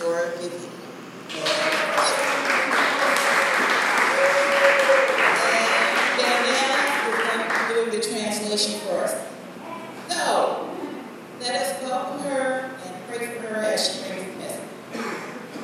Laura Vivian. And Danielle is going to do the translation for us. So, let us welcome her and pray for her as she brings the message.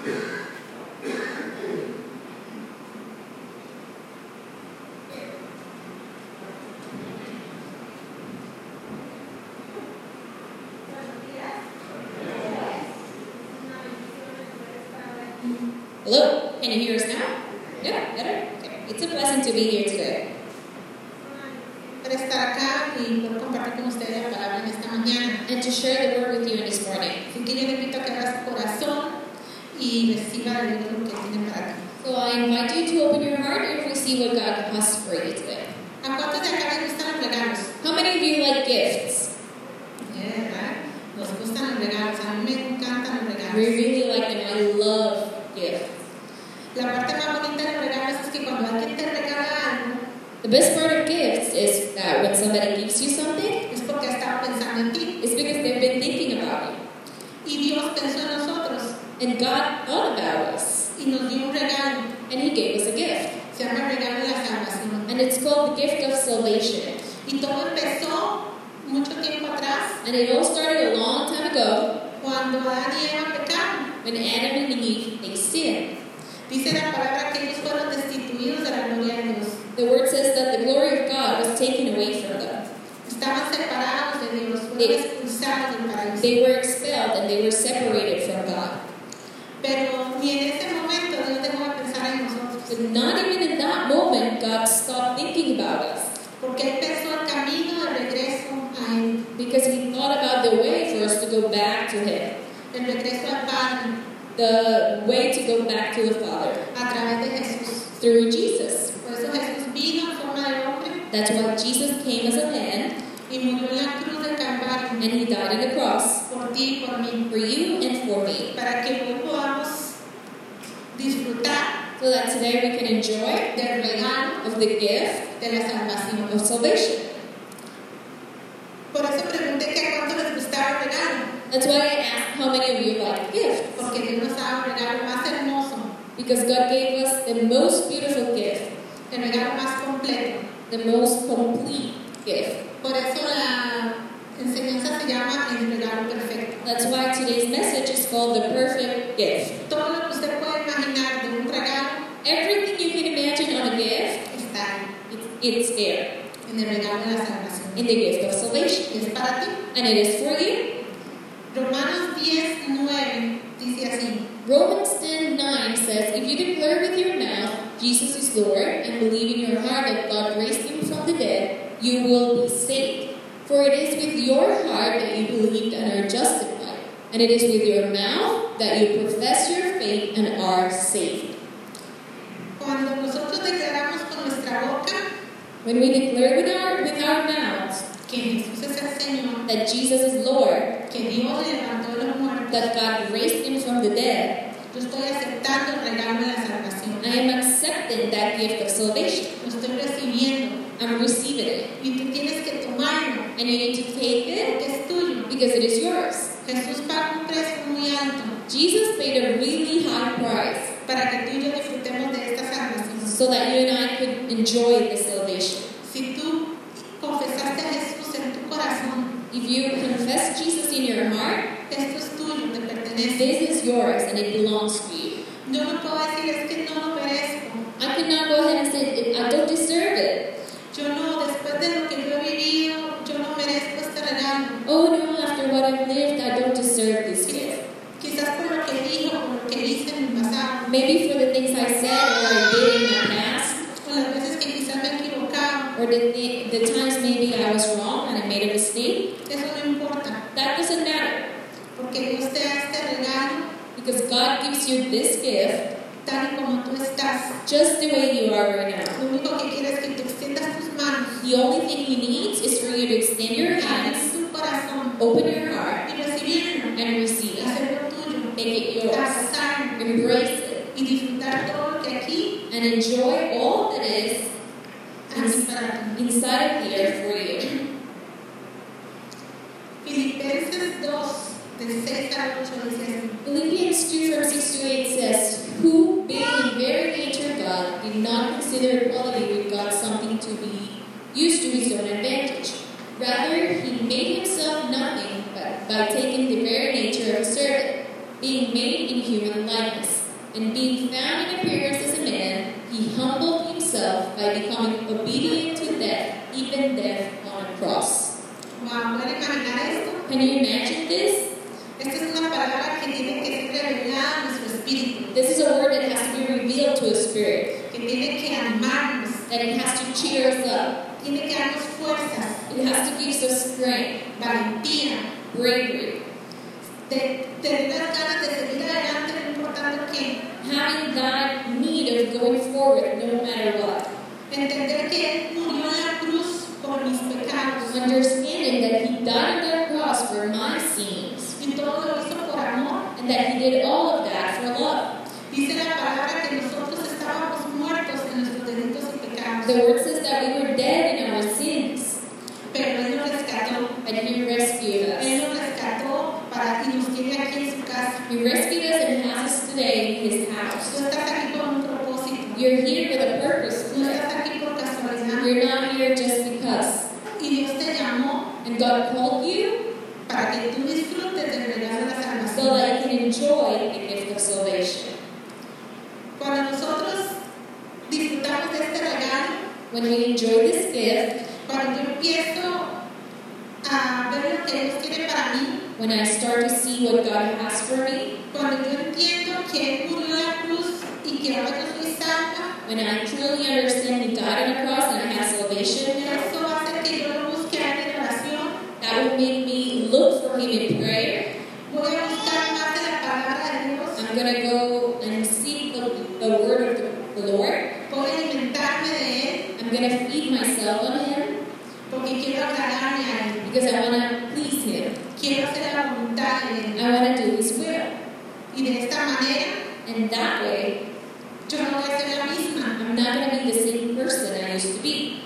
Hello, can you hear us now? Yeah, better? Okay. It's a blessing to be here today. Para estar acá y poder compartir con ustedes la palabra en esta mañana. And to share the word with you in this morning. Así que yo le invito a que abra su corazón y reciba de Dios lo que tiene para ti. So I invite you to open your heart and receive what God has for you today. ¿A cuántos de acá les gustan los regalos? How many of you like gifts? Yeah, ¿verdad? Nos gustan los regalos, a mí me encantan los We regalos. really like them. I love gifts. La parte más bonita de los regalos es que cuando alguien te regala algo, The best part of gifts is that when somebody gives you something, es porque ha estado pensando en ti. it's because they've been thinking about you. Y Dios pensó en nosotros And God thought about us. y nos dio un regalo. And He gave us a gift. Se llama el regalo de la salvación. And it's called the gift of salvation. Y todo empezó mucho tiempo atrás And it all started a long time ago cuando Adán y Eva pecaron. when Adam and Eve they sinned. Dice la palabra que ellos fueron destituidos de la gloria de Dios. The word says that the glory of God was taken away from them. Estaban separados de Dios, fueron Sí. expulsados del paraíso. They were expelled and they were separated from God. Pero ni en ese momento Dios dejó de pensar en nosotros, But not even in that moment, God stopped thinking about us porque Él pensó el camino de regreso a Él, because He thought about the way for us to go back to Him, el regreso al Padre the way to go back to the Father a través de Jesús. through Jesus. Por eso Jesús vino en forma de hombre That's why Jesus came as a man y murió en la cruz del Calvario and He died on the cross por ti y por mí, for you and for me, para que hoy podamos disfrutar so that today we can enjoy del regalo of the gift de la salvación. of salvation. Por eso pregunté que a cuánto les gustaba el regalo, That's why I asked how many of you like gifts. porque Dios nos ha dado el regalo más hermoso, Because God gave us the most beautiful gift, el regalo más completo. the most complete gift. Por eso la enseñanza se llama el regalo perfecto. That's why today's message is called the perfect gift. Todo lo que usted puede imaginar de un regalo Everything you can imagine on a gift, está ahí, it's, it's there en el regalo de la salvación. in the gift of salvation. Es para ti. And it is for you. Romanos 10, 9 dice así. Romans 10 9 says, If you declare with your mouth Jesus is Lord and believe in your heart that God raised him from the dead, you will be saved. For it is with your heart that you believed and are justified, and it is with your mouth that you profess your faith and are saved. Cuando nosotros declaramos con nuestra boca When we declare with our, with our mouths que Jesús es el Señor, that Jesus is Lord, que Dios le levantó de los muertos, that God raised him from the dead, yo estoy aceptando el regalo de la salvación. I am accepting that gift of salvation. Lo estoy recibiendo I'm receiving it. y tú tienes que tomarlo And you need to take it porque es tuyo. because it is yours. Jesús pagó un precio muy alto Jesus paid a really high price para que tú y yo disfrutemos de esta salvación. so that you and I could enjoy the salvation. Si tú confesaste a Jesús en tu corazón, If you confess Jesus in your heart, esto es tuyo, te pertenece. this is yours and it belongs to you. Yo no puedo decir es que no lo merezco. I cannot go ahead and say, I don't deserve it. Yo no, después de lo que yo he vivido, yo no merezco este regalo. Oh no, after what I've lived, I don't deserve this gift. Quizás por lo que dijo, por lo que hice en mi pasado, Maybe for the things I said or I did in the past, o las veces que quizás me he equivocado, or the, thi- the times maybe I was wrong and I made a mistake. eso no importa, That doesn't matter porque Dios te da este regalo because God gives you this gift tal y como tú estás. just the way you are right now. Lo único que quiero es que tú extiendas tus manos, The only thing he needs is for you to extend your abres hands, tu corazón open your heart, y recibirlo. and receive it. hacerlo tuyo, Make it yours. abrazarlo Embrace it. y disfrutar todo lo que aquí And enjoy all that is hay para ti. inside of here for you. Filipenses 2, del 6 al 8 dice así. Philippians Philippians 2 from 6 to 8 says, Who, being in very nature God, did not consider equality with God something to be used to his own advantage. Rather, he made himself nothing but by taking the very nature of a servant, being made in human likeness. And being found in appearance as a man, he humbled himself by becoming obedient to death, even death on a cross. Wow, ¿pueden imaginar esto? Can you imagine this? Esta es una palabra que tiene que ser revelada a nuestro espíritu, This is a word that has to be revealed to a spirit, que tiene que animarnos, that it has to cheer us up. tiene que darnos fuerzas, It has to give us strength, valentía, bravery. de tener las ganas de seguir adelante, no importa lo que, Having that need of going forward no matter what. entender que Él murió en la cruz por mis pecados Understanding that he died on the cross for my sins, y todo lo hizo por amor. and that he did all of that for love. Dice la palabra que nosotros estábamos muertos en nuestros delitos y pecados, The word says that we were dead in our sins, pero Él nos rescató. and he rescued us. Él nos rescató para y nos tiene aquí en su casa. He rescued us and has us today in his Tú house. estás aquí con un propósito. You're here with a purpose. No estás aquí por casualidad. You're not here just because. Y Dios te llamó And God called you para que tú disfrutes del regalo de la so salvación. that you can enjoy the gift of salvation. Cuando nosotros disfrutamos de este regalo, When we enjoy this gift, cuando yo empiezo a ver lo que Dios tiene para mí, when I start to see what God has for me, cuando yo entiendo que Él murió en la cruz y que ahora yo soy salva, when I truly understand He died on the cross and I have salvation now, eso va a hacer que yo lo busque a Él en oración. That would make me look for him in prayer. Voy a buscar más de la palabra de Dios. I'm gonna go and seek the, the word of the, the Lord. Voy a alimentarme de Él I'm gonna feed myself on him porque quiero agradarle a Él. because I wanna please him. Quiero hacer la voluntad de Él. I wanna do his will. Y de esta manera And that way, yo no voy a ser la misma. I'm not gonna be the same person I used to be.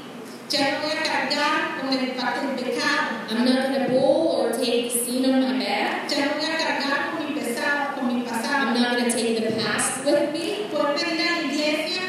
Ya no voy a cargar con el impacto del pecado. I'm not gonna pull or take the sin on my back. Ya no voy a cargar con mi pesado, con mi I'm pasado. not gonna take the past with me. Por venir a la iglesia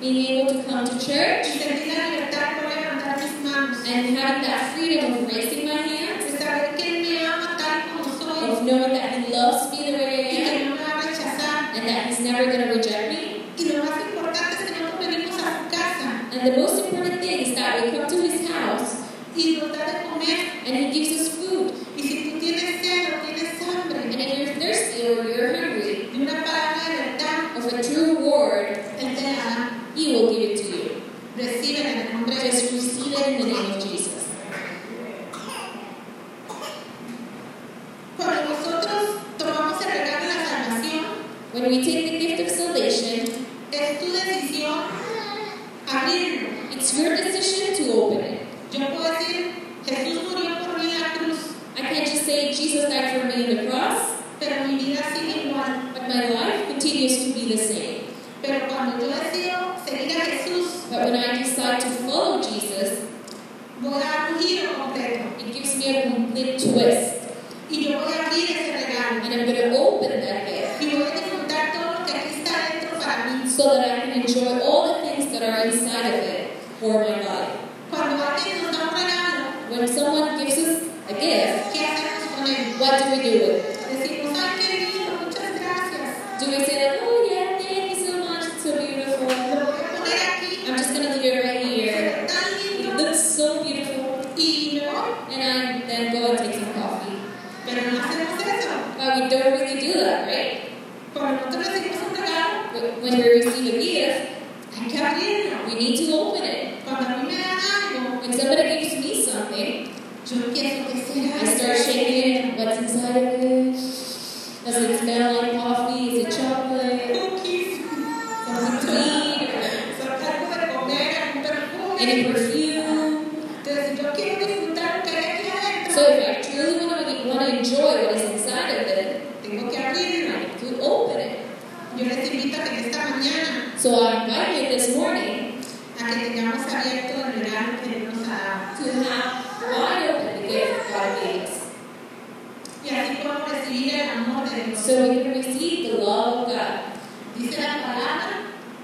Being able to come to y church sentir la libertad, voy a levantar mis manos. and having that freedom of raising my hands, De saber que Él me ama tal como soy of knowing that he loves me the y way I am. que no me va a rechazar. and that he's never going to reject me. Y lo más importante es que nosotros venimos a su casa And the most important thing is that we come to his house y nos da de comer. and he gives us food. Y si tú tienes sed o tienes And hambre if you're thirsty or you're hungry de una palabra de verdad, of a true reward, Él te la da. he will give it to you. Recibe en el nombre de Jesús. Just receive it in the name of Jesus. Cuando nosotros tomamos el regalo de la salvación, When we take the gift of salvation, Es tu decisión abrirlo. it's your decision to open it. Yo puedo decir, Jesús murió por mí en la cruz, I can't just say Jesus died for me on the cross, pero mi vida sigue igual. but my life continues to be the same. Pero cuando yo decido seguir a Jesús, But when I decide to follow Jesus, voy a dar un giro completo it gives me a complete twist, y yo voy a abrir ese regalo and I'm going to open that gift. y voy a disfrutar todo lo que aquí está dentro para mí. so that I can enjoy all the things that are inside of it for my body. Cuando alguien nos da un regalo, When someone gives us a gift, ¿qué hacemos con él? what do we do with it? Decimos, ay, qué lindo, muchas gracias. Do we say, like, oh yeah, thank you so much, it's so Lo beautiful. voy a poner aquí, I'm just gonna leave it right here. es tan It lindo looks so beautiful. y me voy. And I then go and take some coffee. Pero no hacemos eso. But we don't really do that, right? Cuando nosotros recibimos un regalo, Wh- When we receive a gift, hay que abrirlo. we need to open it. Cuando a mí me dan algo, When somebody gives me something, yo pienso que I será start shaking it. What's inside of it? Does it smell like coffee? Is it chocolate? cookies, son Sweet, son algo de comer, algún perfume. any perfume. Entonces yo quiero disfrutar lo que hay aquí So adentro. if I truly want to, want to enjoy what is inside of it, Tengo que I abrirlo. need to open it. Yo les invito a que en esta mañana So I invite you this morning a que tengamos abierto el regalo que Dios nos ha dado. to have wide open the gift God gave us, Y así podemos recibir el amor de Dios. so we can receive the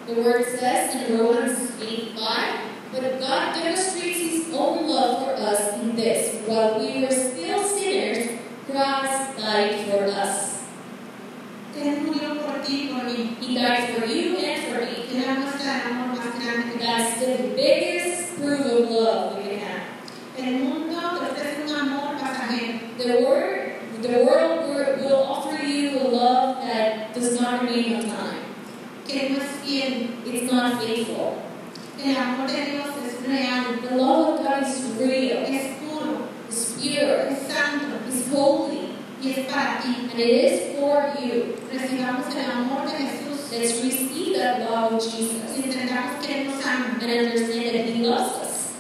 The word says in Romans 8 5, but God demonstrates his own love for us in this while we were still sinners, Christ died for us. Él murió por ti y por mí. He died for you and for me. Es la muestra de amor más grande que That's the biggest proof of love we can have. El mundo te ofrece un amor pasajero. The word, the world wor- will offer you a love that does not remain on time. que no es fiel. It's not faithful. El amor de Dios es real, The love of God is real. es puro, It's pure. es santo It's holy. y es para ti. And it is for you. Recibamos el amor de Jesús Let's receive that love of Jesus y entendamos que Él nos ama. and understand that He loves us.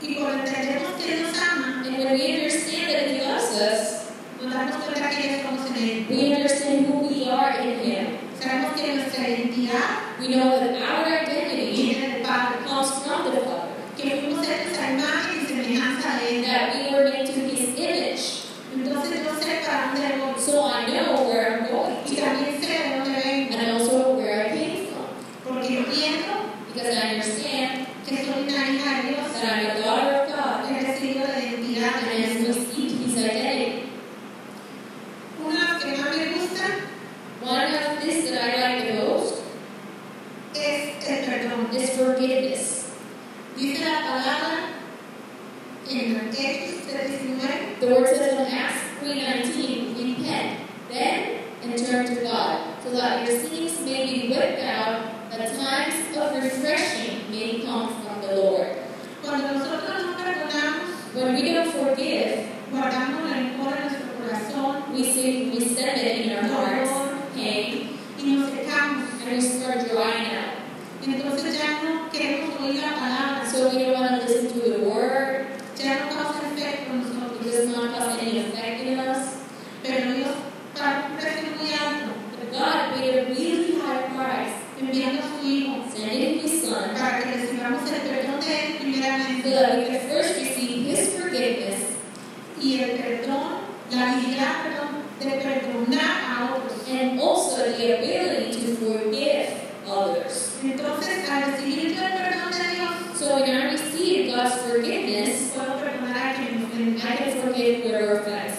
Y por entendernos que Él nos ama, And when we understand that He loves us, nos damos cuenta que ya estamos en Él. we understand who we are in Him. Sabemos que nuestra identidad We know that our identity viene del Padre, comes from the Father. que fuimos hechos a imagen y semejanza de and Él. that we were made to His image. Entonces yo sé para dónde voy So I know where I'm going y to, también sé de dónde vengo, and I also know where I came from, porque entiendo because I understand que soy una hija de Dios, that I'm a daughter of God, he recibido la identidad and I de have Jesús. received His identity. Una de las que más me gusta One of this that I like the most es el perdón. is forgiveness. Dice la palabra en Hechos 3.19 The word says in Acts 3:19, repent, then and turn to God, so that your sins may be wiped out, that times of refreshing may come from the Lord. Cuando nosotros no perdonamos, When we don't forgive, guardamos rencor en nuestro corazón, We see, we send it in our hearts, dolor, pain, y nos secamos. and we start drying out. Entonces ya no queremos oír la palabra, So we don't want to listen to the word. ya no causa efecto en It nosotros. does not cause any effect in us. Pero Dios pagó un precio muy alto, But God paid a really high price, enviando a su Hijo, sending His Son, para que recibamos el perdón de Él so primeramente. that we could first receive His forgiveness y el perdón, la habilidad perdón, de perdonar a otros. and also the ability to forgive others. Entonces, al recibir yo el perdón de Dios, So when I receive God's forgiveness, puedo perdonar a quien me ofendió I can forgive whoever offends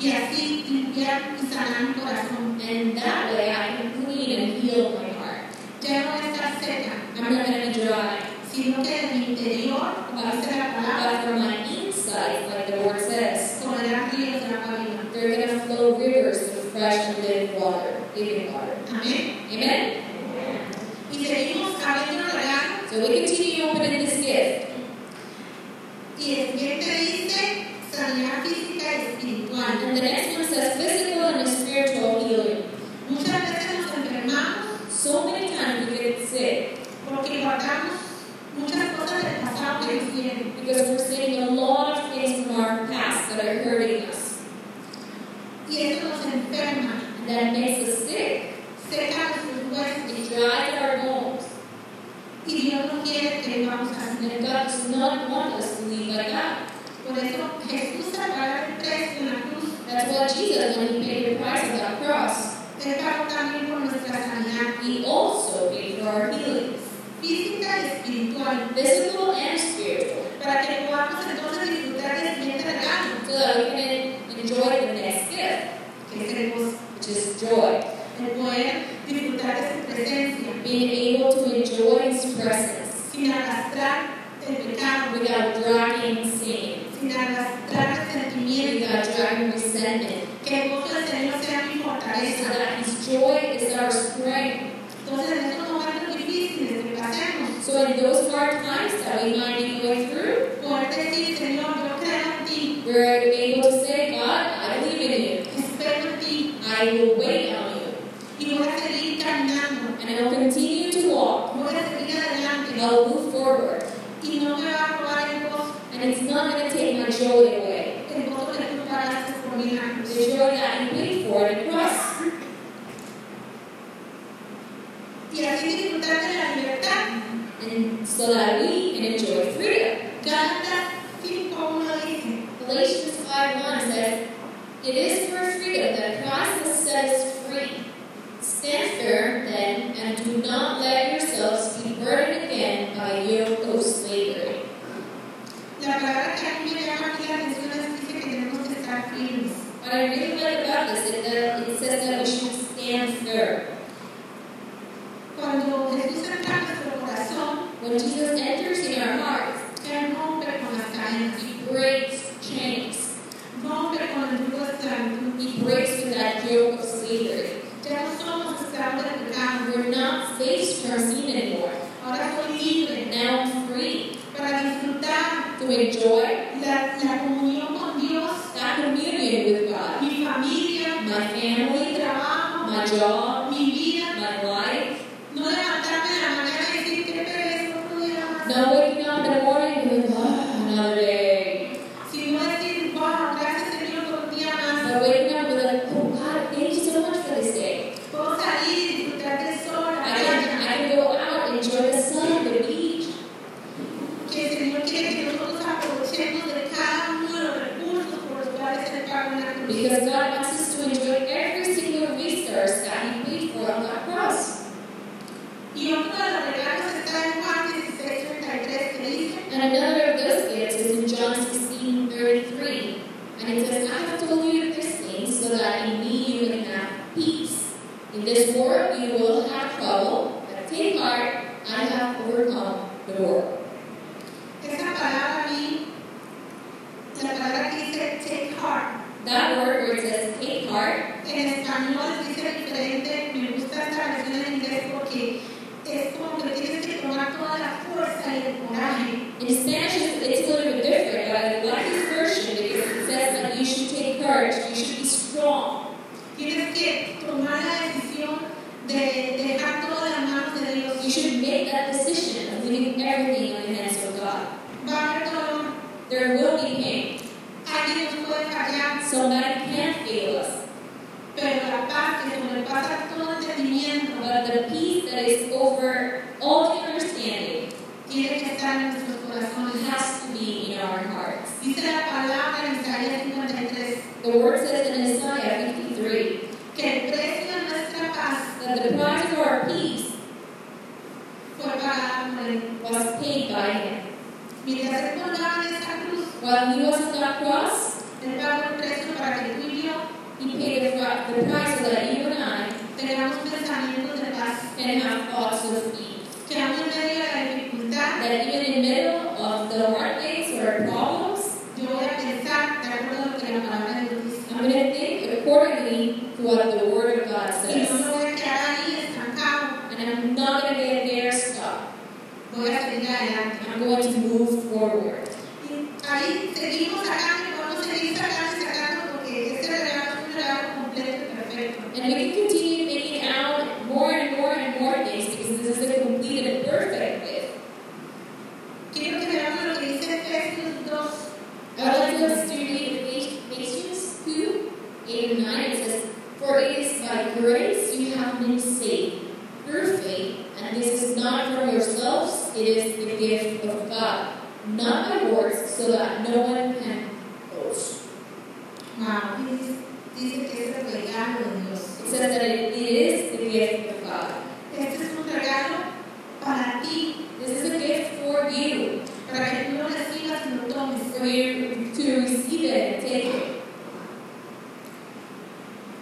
me. y así limpiar y sanar mi corazón. And that way I can clean and heal my heart. Ya no voy a estar seca, I'm not going to be dry. sino que de mi interior, como dice la palabra, But from my inside, like the word says, correrán ríos de agua viva. they're going to flow rivers of fresh and living water. Living water. Amén. Amen? Y seguimos abriendo el regalo So we continue opening this gift. y el siguiente dice sanidad física y espiritual. And the next one says physical and spiritual healing. Muchas veces nos enfermamos So many times we get sick porque guardamos muchas cosas del pasado que nos vienen. because we're seeing a lot of things from our past that are hurting us. y eso nos enferma, And that makes us sick. seca nuestros huesos It dries our bones. y Dios no quiere que vamos a hacer. And God does not want us to leave like that. Por eso Jesús al pagar el precio en la cruz, That's why Jesus, when he paid the price of that cross, Él pagó también por nuestra sanidad he also paid for our healing. física y espiritual, physical and spiritual, para que podamos entonces disfrutar del siguiente regalo, so that we can enjoy the next gift, que es el gozo, which is joy, el poder disfrutar de su presencia, being able to enjoy His presence sin arrastrar el pecado, without dragging sin, sin arrastrar el sentimiento, without dragging resentment, que el gozo del Señor sea mi so fortaleza. that His joy is our strength. Entonces en estos momentos difíciles que pasemos, So in those hard times that we might be going through, poder decir, Señor, yo creo en ti, we're able to say, God, I believe in you. espero en ti I will wait on you, y voy a seguir caminando, and I will continue to walk. voy a seguir And adelante I'll move forward, y no me va a robar el gozo, and it's not going to take my joy away. el gozo que tú pagaste por mí en la The cruz. joy that you paid for in the cross. Y así disfrutar de la libertad. and so that we can enjoy freedom. Gálatas 5.1 dice, Galatians 5.1 says, It is for freedom that Christ has set us free. Stand firm, then, and do not let yourselves were not faced from sin anymore. Ahora soy libre Now I'm free para disfrutar to enjoy la, la comunión con Dios, that communion with God. mi familia, My mi family, trabajo, my job, mi vida. my life. No levantarme de la mañana y decir que pereza no levantarme. Not waking up in the morning and going, "Ah, another day. Sino decir, wow, gracias Señor por un día más. But waking up with like, oh God, thank you so much for this day. Puedo salir y disfrutar del sol, la I can, I playa. can go out, enjoy the sun, the beach. Que el Señor quiere que nosotros aprovechemos de cada uno de los recursos por los cuales se paga una cruz. Because God wants us to enjoy every single resource that He paid for on that cross. Y otro de los regalos está en Juan 16, 33, que dice, And another of those gifts is in John 16 33. And it says, I have told you these things so that in me you can have peace. In this world you will have trouble, but take heart, I have overcome the world. esa palabra a mí, la palabra que dice take heart, That word where it says take heart, en español dice diferente, me gusta esta versión en inglés porque es como que tienes que tomar toda la fuerza y el coraje in Spanish it's, it's a little bit different, but I like this version because it says that you should take courage, you should be strong. Tienes que tomar la decisión de dejar todo en las manos de Dios. You should make that decision of leaving everything in the hands of God. Va a haber dolor, There will be pain. alguien nos puede fallar, Somebody can fail us. pero la paz que sobrepasa todo entendimiento But the peace that is over all the understanding tiene que estar en nuestros corazones. has to be in our hearts. Dice la palabra en Isaías 53 The word says in Isaiah 53 que el precio de nuestra paz that the price for our peace fue pagado por él. was paid by Him. Mientras él colgaba en esa cruz, While He was on that cross, él pagó el precio para que tú y yo He paid the, fri- the price so that you and I tengamos pensamientos de paz. can have thoughts of peace. Que aún en medio de la dificultad, That even in the middle of the heartaches or problems, yo voy a pensar de acuerdo a lo que la palabra de Dios dice. I'm going to think accordingly to what the Word of God Y no me says. voy a quedar ahí estancado, And I'm not going to get there stuck. voy a seguir adelante. I'm going to move forward. Y ahí seguimos sacando, y vamos a seguir sacando y sacando porque este regalo es un regalo completo y perfecto. And we can continue making out more and more and more things because this is a complete and perfect gift. Quiero que veamos lo que dice Efesios 2, I would like us to read Ephesians 2, 8 and 9. It says, For it is by grace you have been saved through faith, and this is not from yourselves, it is the gift of God, not by works, so that no one can boast. Wow, Ah, dice, dice que es el regalo de Dios. It says that it is the gift of God. Este es un regalo para ti, This is a gift for you, para que tú lo recibas y lo tomes. for you to receive it and take it.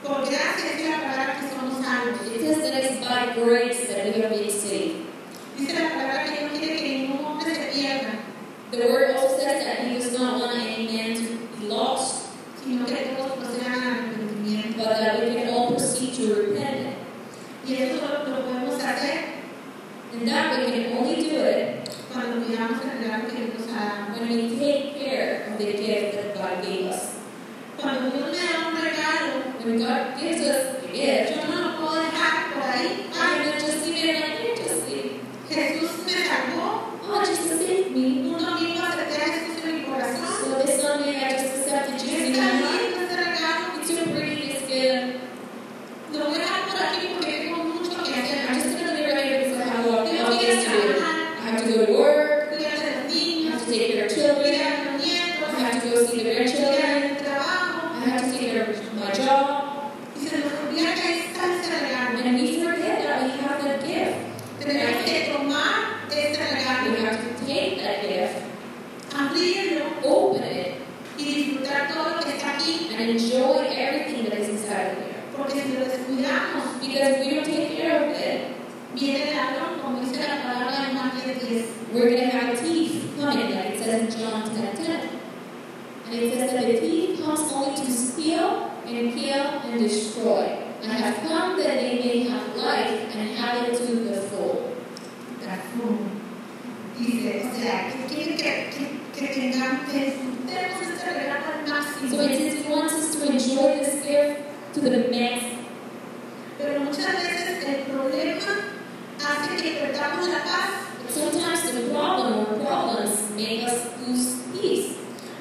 Por gracia es la palabra que somos salvos. It says that it's by grace that we have been saved. Dice la palabra que no quiere que ningún hombre se pierda, The word also says that He does not want any man to be lost, sino que todos procedan al arrepentimiento. but that we can all proceed to repentance. Y eso lo, lo podemos hacer And that we can only do it cuando cuidamos el regalo que Dios nos ha dado. when we take care of the gift that God gave us. Cuando Dios me da un regalo, When God gives us a gift, yo no lo puedo dejar por ahí. I'm Ay, not just leave it like "Yeah, just leave. Jesús me salvó, Oh, just save me. un domingo acepté a Jesús en mi corazón. So this Sunday I just accepted Está Jesus lindo in my life. este regalo. It's so pretty, it's good. Lo voy a dejar por aquí porque tengo mucho que I'm hacer. just gonna leave it right here because I have a lot of Tengo que ir things to a do. I trabajar, have to go to work, cuidar de los I have niños, to take care of cuidar children, de los nietos, I have to go see the cuidar grandchildren, del trabajo. I have to take care of my job. Y se nos olvida que ahí está ese regalo. And we forget that we have that gift. Tenemos que tomar este We regalo, have to take that gift, abrirlo open it, y disfrutar todo lo que está aquí. and enjoy everything that is inside of there. Porque si lo descuidamos, Because if we don't take care of it, viene el ladrón, como dice la palabra de Juan 10, 10. we're gonna have teeth coming, like it says in John 10:10. And it says that the thief comes only to steal and kill and destroy. I have come that they may have life and have it to tengamos, que disfrutemos este regalo al So it máximo. is He wants us to enjoy this gift to the max. Pero muchas veces el problema hace que perdamos la paz. But sometimes the problem or problems make us lose peace.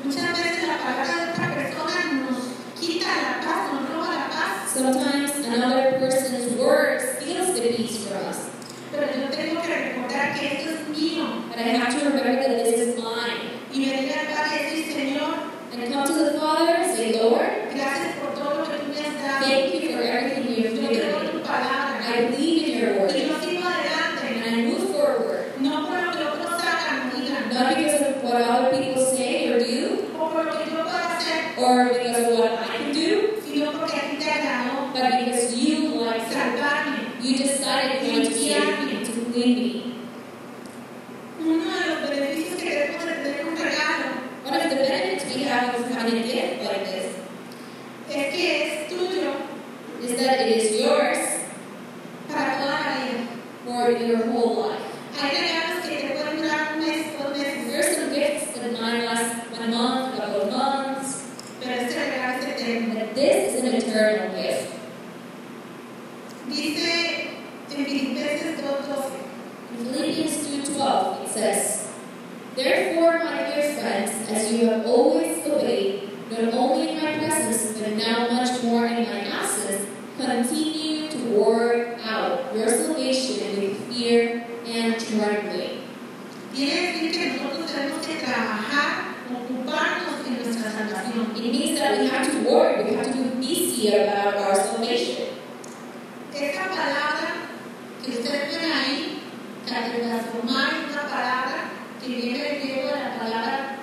Muchas veces la palabra de otra persona nos quita la paz, nos roba la paz. Sometimes another person's words steals the peace for us. Pero yo tengo que recordar que esto es mío. But I have to remember that this is mine. Y venir al Padre y decir, Señor, And come to the Father and say, Lord, gracias por todo lo que tú me has dado. thank you for everything Yo you've creo en given me. tu palabra. I believe in your Y word. yo sigo And adelante. I move forward. No por lo que otros hagan o digan. Not because of what other people say or do, O por lo que yo pueda hacer, or because of what I can do, sino porque a ti te agradó but because you like to. salvarme. You decided you wanted to save me, to lead me. Uno de los beneficios que tenemos de tener un regalo One of the benefits we have of having a gift like this es que es tuyo is that it is yours para toda la vida. for your whole life. Hay regalos que te pueden durar un mes, dos meses, There are some gifts that might last one month, a couple of months, pero este regalo es eterno. but this is an eternal gift. Dice en Filipenses 2.12, In Philippians 2.12 it says, Therefore, my dear friends, as you have always obeyed, not only in my presence, but now much more in my absence, continue to work out your salvation with fear and trembling. viene a decir que nosotros tenemos que trabajar, ocuparnos en nuestra salvación. It means that we have to work, we have to be busy about our salvation. Esta palabra que ustedes ven ahí, transformar es una palabra que viene del griego de la palabra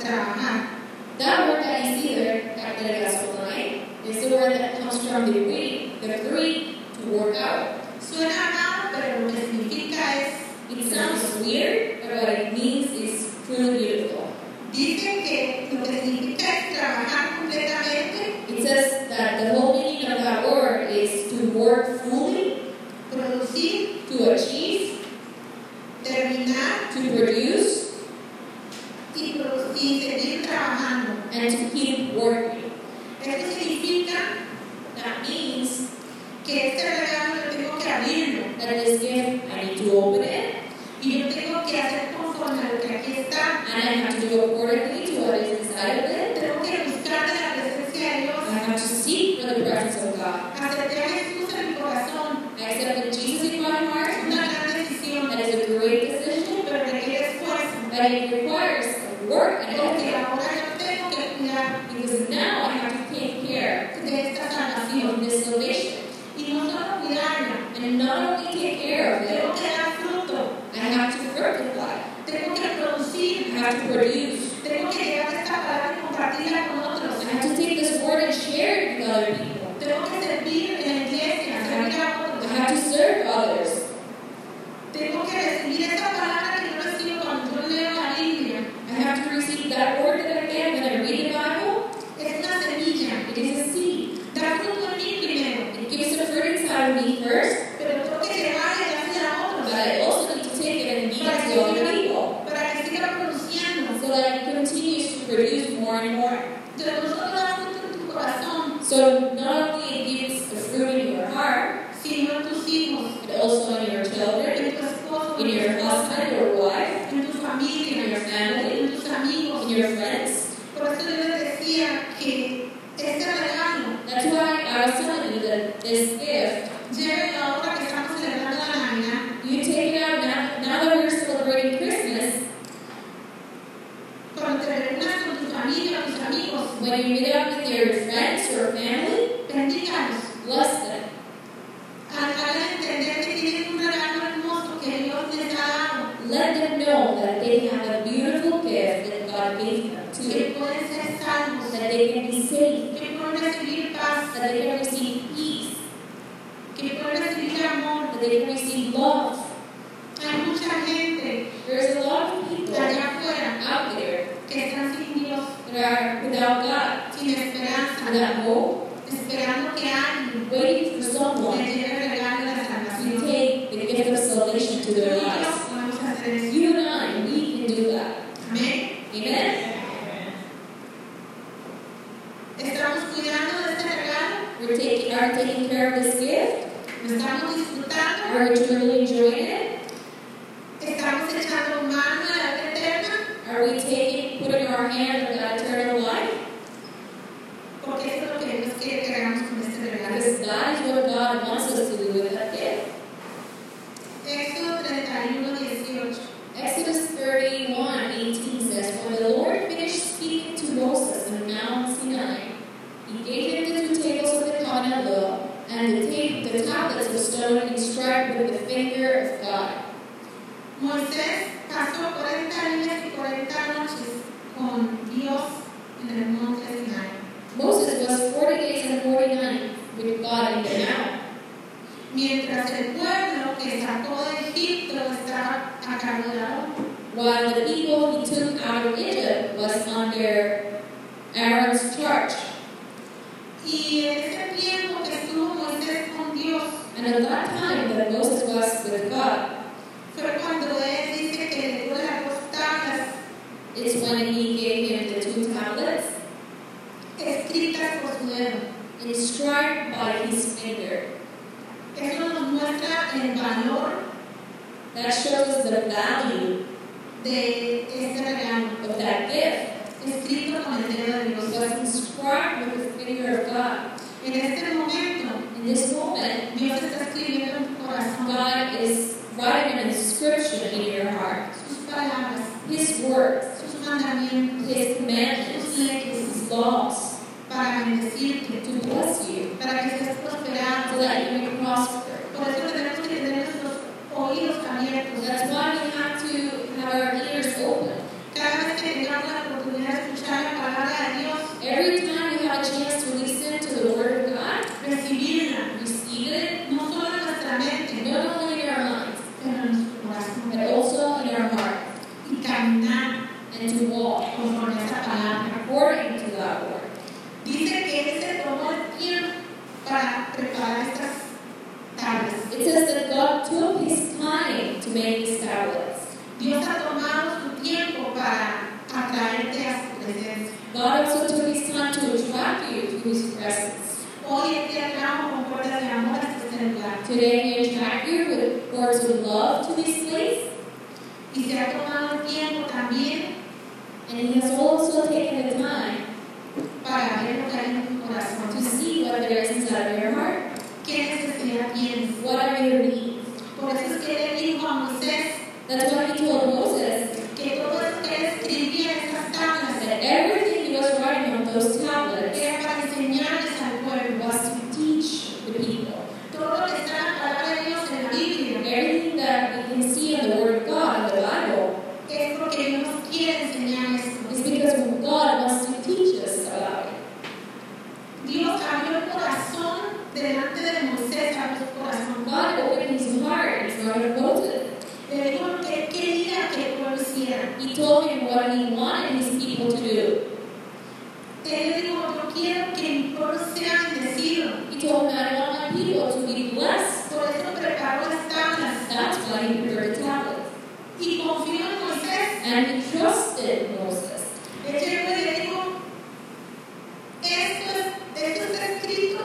trabajar. That word that is here, capitalizomai, is the word that comes from the Greek, the Greek to work out. Suena raro, pero lo que significa es, It sounds weird, but what it means is truly beautiful. dicen que lo que significa es trabajar completamente, It says that the whole meaning of that word is to work fully, producir, to achieve, terminar to produce, y, produ- y seguir trabajando. and to keep working. Esto significa That means que este regalo yo tengo que abrirlo that this gift, I need to open it, y yo tengo que hacer conforme a lo que aquí está. and I have to do accordingly to what is inside of it. Tengo que buscar de la presencia de Dios. I have to seek for the presence of God. Acepté a Jesús en mi corazón. I accepted Jesus in my Es heart. una gran decisión, That is a great decision, pero requiere esfuerzo. but it requires work and Porque effort ahora yo tengo que cuidar because now I have to take care de esta salvación. of this salvation. Y no solo cuidarla, And not only take care of it, tengo que dar fruto, I have to fructify. tengo que I producir, have to produce. tengo que llevar esta palabra y compartirla con otros. I have to take this word and share it with other people. Tengo que servir en la iglesia, servir a I otros. have to serve others. Tengo que recibir esta palabra que yo recibo cuando yo leo la Biblia. I have to receive that word that I get when I read the Bible. Es una semilla. It is a seed. Da fruto en mí primero, It gives a fruit inside of me first, pero tengo que llevar y darle a but otros. I also need to take it and give it to other people. para que siga produciendo. so that it continues to produce more and more. Entonces no solo da fruto en tu corazón, So not only it gives the fruit in your heart, sino en tus hijos, but also in your children, en tu esposo, in your husband or en wife, tu in your familia, family, en tus amigos. in your friends. Por eso yo les decía que este regalo, That's why I was telling you that this gift, llévenlo ahora que estamos celebrando la Navidad, you take it out now, now that we're celebrating Christmas, cuando te reúnas con tu familia o tus amigos, when you meet up with your friends or family, bendígalos. bless them. Al entender que tienen un regalo hermoso que Dios les ha dado, Let them know that they have a beautiful gift that God gave them to que them, pueden ser salvos, that they can be saved, que pueden recibir paz, that they can receive peace, que pueden recibir amor. that they can receive love. Hay mucha gente There's a lot of people allá afuera out there que están sin Dios, that are without God, sin esperanza, without hope, esperando que alguien waiting for someone les lleve el regalo de la to salvación. take the gift of salvation to Tú y their yo lives. podemos hacer eso. You and I, we can do that. Amén. Amen? este lo estamos disfrutando, We're truly enjoying it? estamos echando mano de la vida eterna, Are we taking, putting our hand on that eternal life? porque eso es lo que Dios quiere que hagamos con este regalo. Because that is what God wants us to do with that gift. Éxodo 31, 18. Exodus 31, 18 says, When the Lord finished speaking to Moses on Mount Sinai, he gave him the two tables of the covenant law and the, ta- the tablets of stone inscribed with the finger of God. Moisés pasó 40 días y 40 noches con Dios en el monte Sinai. Moses was 40 days and 40 nights with God in the mount, Mientras el pueblo que sacó de Egipto estaba acaudalado, while the people he took out of Egypt was under Aaron's charge. y en ese tiempo que estuvo Moisés con Dios, And at that time that Moses was with God, fue cuando él dice que le dio las dos tablas it's when he gave him the two tablets escritas por su dedo. inscribed by his finger. Eso nos muestra el valor That shows the value de este regalo, of that gift. escrito con el dedo de It Dios. was inscribed with the finger of God. En este momento, In this moment, Dios está escribiendo en tu corazón God is writing an inscription in your heart. sus palabras, His words, sus mandamientos, His commandments, sus leyes, His laws para bendecirte, to bless you, para que seas prosperado. to let you may prosper. Por eso tenemos que tener nuestros oídos abiertos. That's why we have to have our ears open. Cada vez que tengamos la oportunidad de escuchar la palabra de Dios, Every time we have a chance to listen to the Word of God, recibirla, receive it, no solo en nuestra mente, not only in our minds, pero en nuestro corazón. but also in our heart, Y caminar and to walk conforme a esa palabra. according to that word. Dice que Él se tomó el tiempo para preparar estas tablas. It says that God took his time to make these tablets. Dios ha tomado su tiempo para atraerte a su presencia. God also took his time to attract you to his presence. Hoy en día entramos con puertas de amor a este lugar Today he attracted you with words of love to this place, y se ha tomado el tiempo también and he has also taken the time para ver lo que hay en tu corazón. to Entonces, see what there is inside of your heart, ¿qué necesidad tienes? what are your needs. Por eso es que le dijo a Moisés That's why he told Moses que todo lo que él escribía en estas tablas that everything he was writing on those tablets era para enseñarles al pueblo. was to teach the people. Todo lo que está en la palabra de Dios en la Biblia Everything that we can see in the Word of God in the Bible es porque Dios nos quiere enseñar esto. is because God wants to teach us about it. Dios abrió el corazón delante de Moisés, abrió su corazón. God opened his heart in front of Moses. Le dijo lo que quería que el pueblo hiciera. He told him what he wanted his people to do. Él le dijo, yo quiero que mi pueblo sea bendecido. He told him, I want my people to be blessed. Por eso preparó las tablas. That's why he prepared the tablets. Y confió en Moisés. And he trusted Moses. Él llegó y le dijo, esto, es, esto está escrito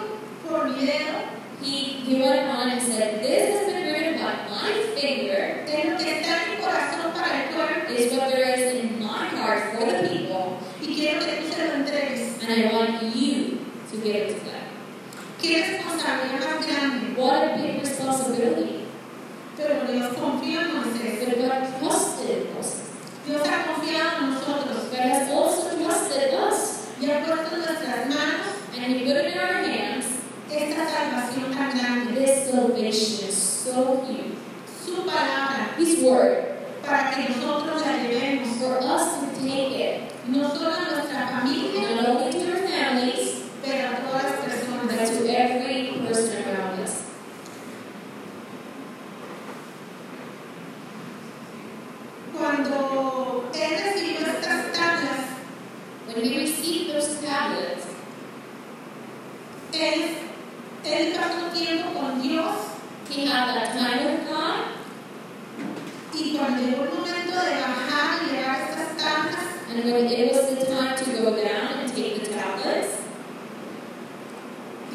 por mi dedo. He, he went on and said, This has been written by my finger, Es lo que está en mi corazón para el pueblo. is what there is in my heart for the people, Y quiero que tú se lo entregues. and I want you to give it to them. Qué responsabilidad más grande. What a big responsibility. Pero Dios confió en Moisés. But God trusted Moses. Dios ha confiado en nosotros God has also trusted us, y ha puesto en nuestras manos and he put it in our hands. esta salvación tan grande, This salvation is so huge. su palabra, His word para que nosotros la llevemos, for us to take it, no solo a nuestra familia, not only to our families, pero a todas las but personas. to every person around us. Cuando Él recibió estas tablas, When we receive those tablets, Él, él pasó tiempo con Dios he had that time with God, y cuando llegó el momento de bajar y llevar estas tablas, and when it was the time to go down and take the tablets,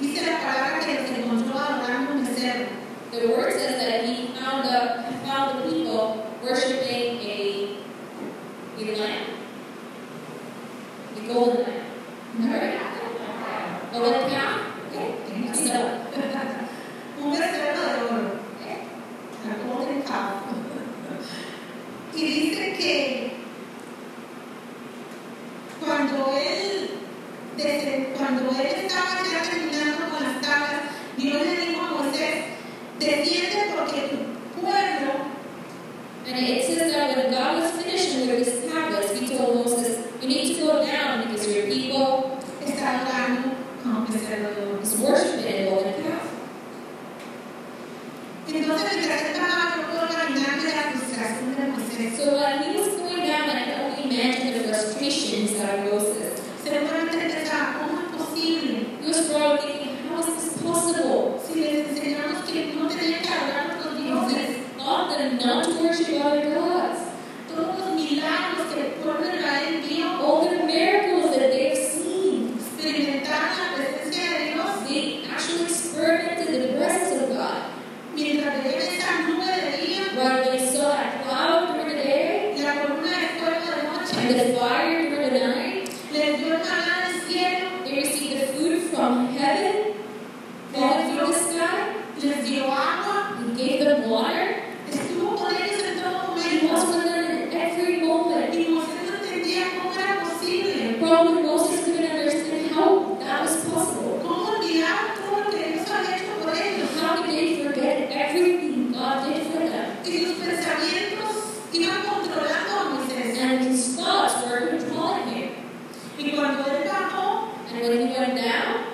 dice la palabra que los encontró adorando un becerro. ¿eh? Entonces, mientras él hablaba, yo puedo imaginarme la frustración de Moisés. So while he was going down, I can only imagine the frustration inside of Moses. Seguramente pensaba, ¿cómo es posible? He was probably thinking, how is this possible? Si les enseñamos que no tenían que hablar con Is dioses, it not that not to worship other gods? todos los milagros que el pueblo de Israel vio, All the miracles that they have seen, experimentaron la presencia de Dios, they actually experimented the presence of God. mientras veían esa nube de día, While they saw a cloud during the day la columna de fuego de and noche, the fire during the night, les dio el maná del cielo, they received the food from heaven, falling from the sky, les dio agua, and gave them water. estuvo con ellos en todo He momento. was with them in every moment. Y Moisés no entendía cómo era posible, Probably Moses couldn't understand how that was possible. cómo olvidar todo lo que Dios había hecho por ellos. How could they forget everything God did for them? Y sus pensamientos iban controlando a Moisés. and his thoughts were controlling him. Y cuando él bajó, And when he went down,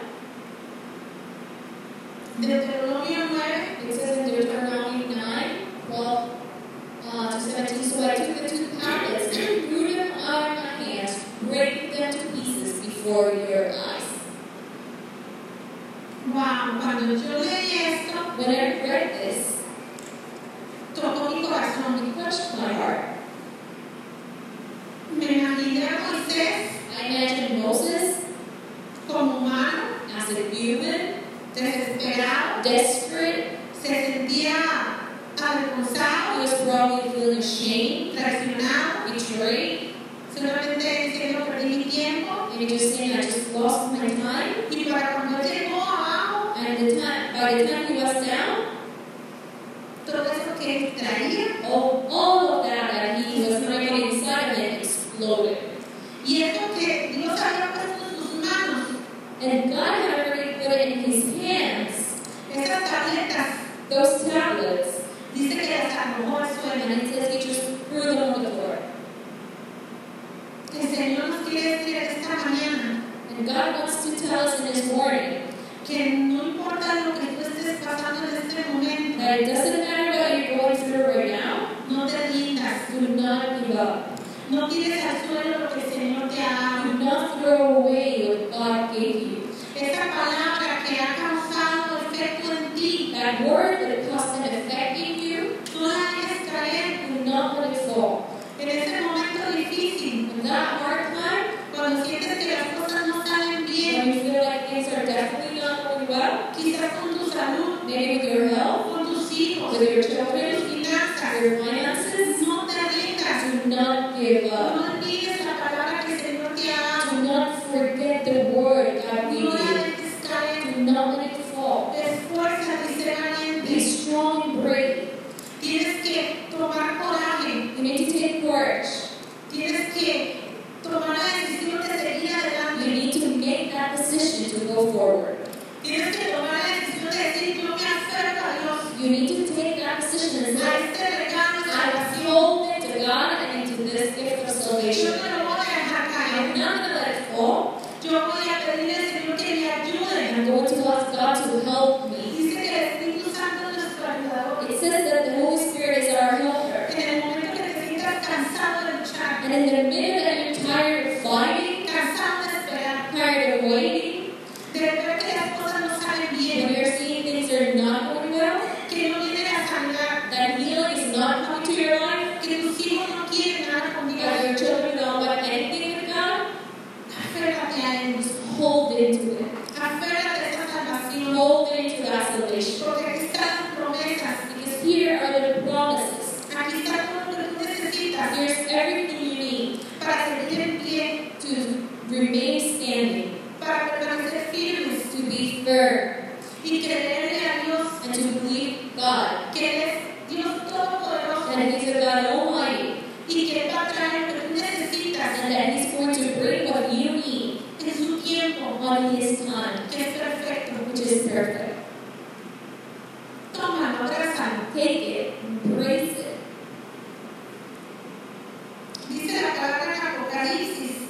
Deuteronomio 9, it says in Deuteronomy 9, 12 uh, to 17, So I took the two tablets and threw them out of my hands, breaking them to pieces before your eyes. wow, cuando yo leí esto, When I read this, um, tocó mi corazón. it crushed my heart. Me imaginé a Moisés I imagined Moses como humano, as a human, desesperado, desperate. se sentía He avergonzado, was probably feeling ashamed, traicionado, betrayed, solamente diciendo perdí mi tiempo. and he just saying, I just lost my time. Y para cuando él llegó abajo, And the time, by the time he was down, todo eso que él traía, all, all of that that he was bringing inside of him exploded. y eso que Dios había puesto en sus manos, And God had already put it in his hands, esas tabletas, those tablets, dice que las arrojó al suelo. and it says he just threw them on the floor. El Señor nos quiere decir esta mañana And God wants to tell us in his warning que no importa lo que tú estés pasando en este momento, that it doesn't matter what you're going through right now, no te rindas, do not give up. no tires al suelo lo que el Señor te ha dado. Do not throw away what God gave you. Esa palabra que ha causado efecto en ti, That word that caused an effect in you, no la dejes caer. do not let it fall. En este momento difícil, In that hard time, cuando sientes que las cosas no salen bien, when you feel like things are definitely not going well, quizás con tu salud, maybe with your health, con tus hijos, with your con children, tus finanzas, your finances. no te rindas. Do not give up. No olvides la palabra que el Señor te ha dado. Do not forget the word No God gave la you. dejes caer. Do not let it fall. Esfuérzate y sé Be valiente. strong and brave. Tienes que tomar coraje. You need to take courage. Tienes que tomar la decisión de seguir You adelante. need to make that decision to go forward. Tienes que tomar la decisión de decir yo me acerco a Dios. You need to take that decision and A say, este regalo de I salvación. hold it to God and to this gift Yo of salvation. no lo voy a dejar I'm caer. not going to let it fall. Yo voy a pedirle al Señor que me ayude. I'm going to ask God to help me. Dice que el Espíritu Santo es nuestro ayudador. It says that the Holy Spirit is our helper. En el momento que te sientas cansado de luchar, And in the minute that you're tired of fighting, cansado de esperar, tired of waiting, de ver que las cosas no salen bien, when you're seeing things are not going well, que no viene la sanidad, that healing is not coming to your life, que tus hijos no quieren nada contigo, that your children don't want anything with God, aférrate a Él, hold into it. aférrate a esa salvación, Hold into that salvation. porque aquí están tus promesas, Because here are the promises. aquí está todo lo que tú necesitas Here's everything you need para seguir en pie, to remain standing, para permanecer firmes to be firm, y creerle a Dios and to believe God. que Él es Dios And Todopoderoso He's a God Almighty, y que Él va a traer lo que tú necesitas and that He's going to bring what you need en su tiempo, on His time, que es perfecto. which is perfect. Tómalo, abrázalo. Take it, embrace it. Dice la palabra en Apocalipsis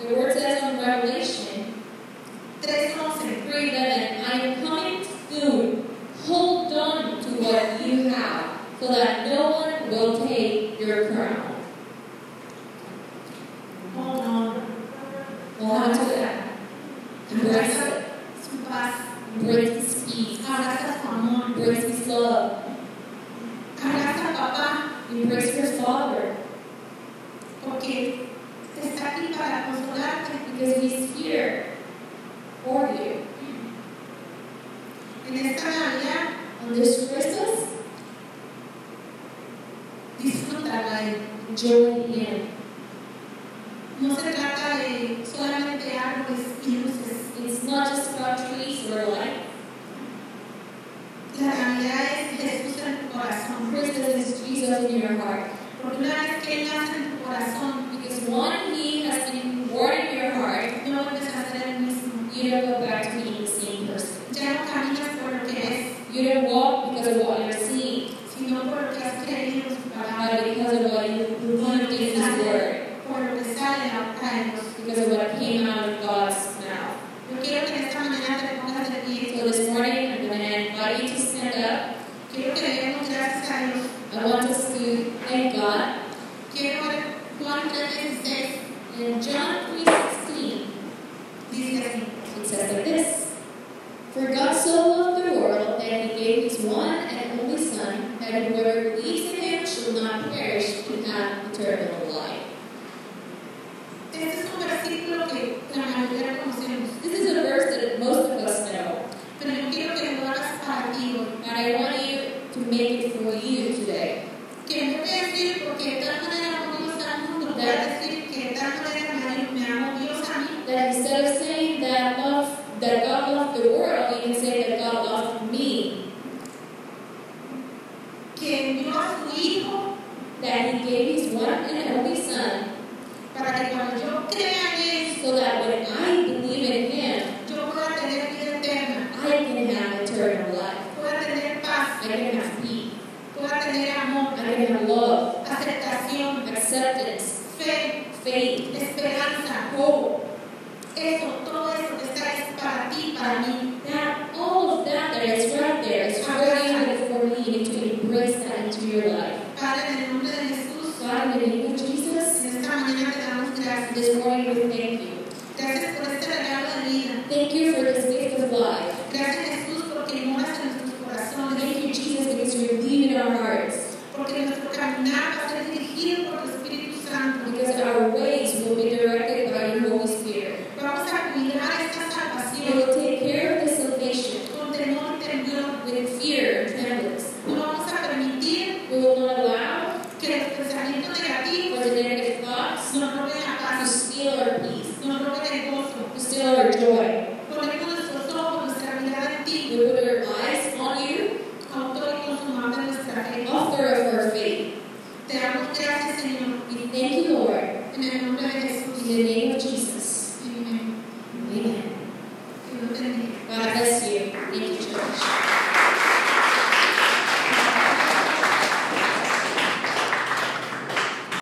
The word says on Revelation 3.11 3 that I am coming soon. Hold on to what what you have, so that no one will take your crown. Hold on. We'll have to embrace Abraza su paz. embrace His peace, Abraza su amor. embrace His love, Abraza a papá embrace your Father, porque está aquí para consolarte. because He's here for you. En esta Navidad, On this Christmas, disfrútala. eh. enjoy the end. No se trata de solamente árboles y luces. It's not just about trees or light. La Navidad es Jesús en tu corazón. Christmas is Jesus in your heart. Porque una vez que Él nace en tu corazón, Because one He has been born in your heart, no vuelves a ser el mismo. you don't go back to being the same person. Ya no caminas por lo que eres. You don't walk because of what you're seeing, sino por lo que has creído en su palabra, but because of what you believed in His Word, por lo que sale de la boca de Dios. because of what came out of God's mouth. Yo quiero que en esta mañana te pongas de pie. So this morning, I'm going to invite you to stand up. Quiero que le demos gracias a Dios. I want us to thank God. Quiero ver Juan 3:16 In John 3.16, dice así. It says like this For God so loved the world that he gave his one and only Son, that whoever believes in him shall not perish but have eternal life. Este es un versículo que la mayoría conocemos, This is a verse that most of us know, pero yo quiero que lo hagas para ti hoy. and I want you to make it for you today. Que no voy a decir porque de tal manera amó Dios al mundo, voy a decir que de tal manera me amó- me amó Dios a mí. That instead of saying that love that God loved the world, you can say that God loved me. Que envió a su Hijo That he gave his one and only Son, para que cuando yo crea en Él, so that when I believe in him, yo pueda tener vida eterna. I can have eternal life. pueda tener paz, I can have peace. pueda tener amor, I can have love, aceptación, acceptance, fe, faith, esperanza. hope. Eso, todo eso que está es para ti, para mí. That all of that that is right there is for you and for me and to embrace that into your life. Padre, en el nombre de Jesús, God, in the name of Jesus, en esta mañana te damos gracias. this morning we thank you. Gracias por este regalo de vida. Thank you for this gift of life. Gracias Jesús porque moras en nuestros corazones, Thank you, Jesus, because you're leaving our hearts. porque nuestro caminar va a ser dirigido por tu Espíritu Santo. Because our ways will be directed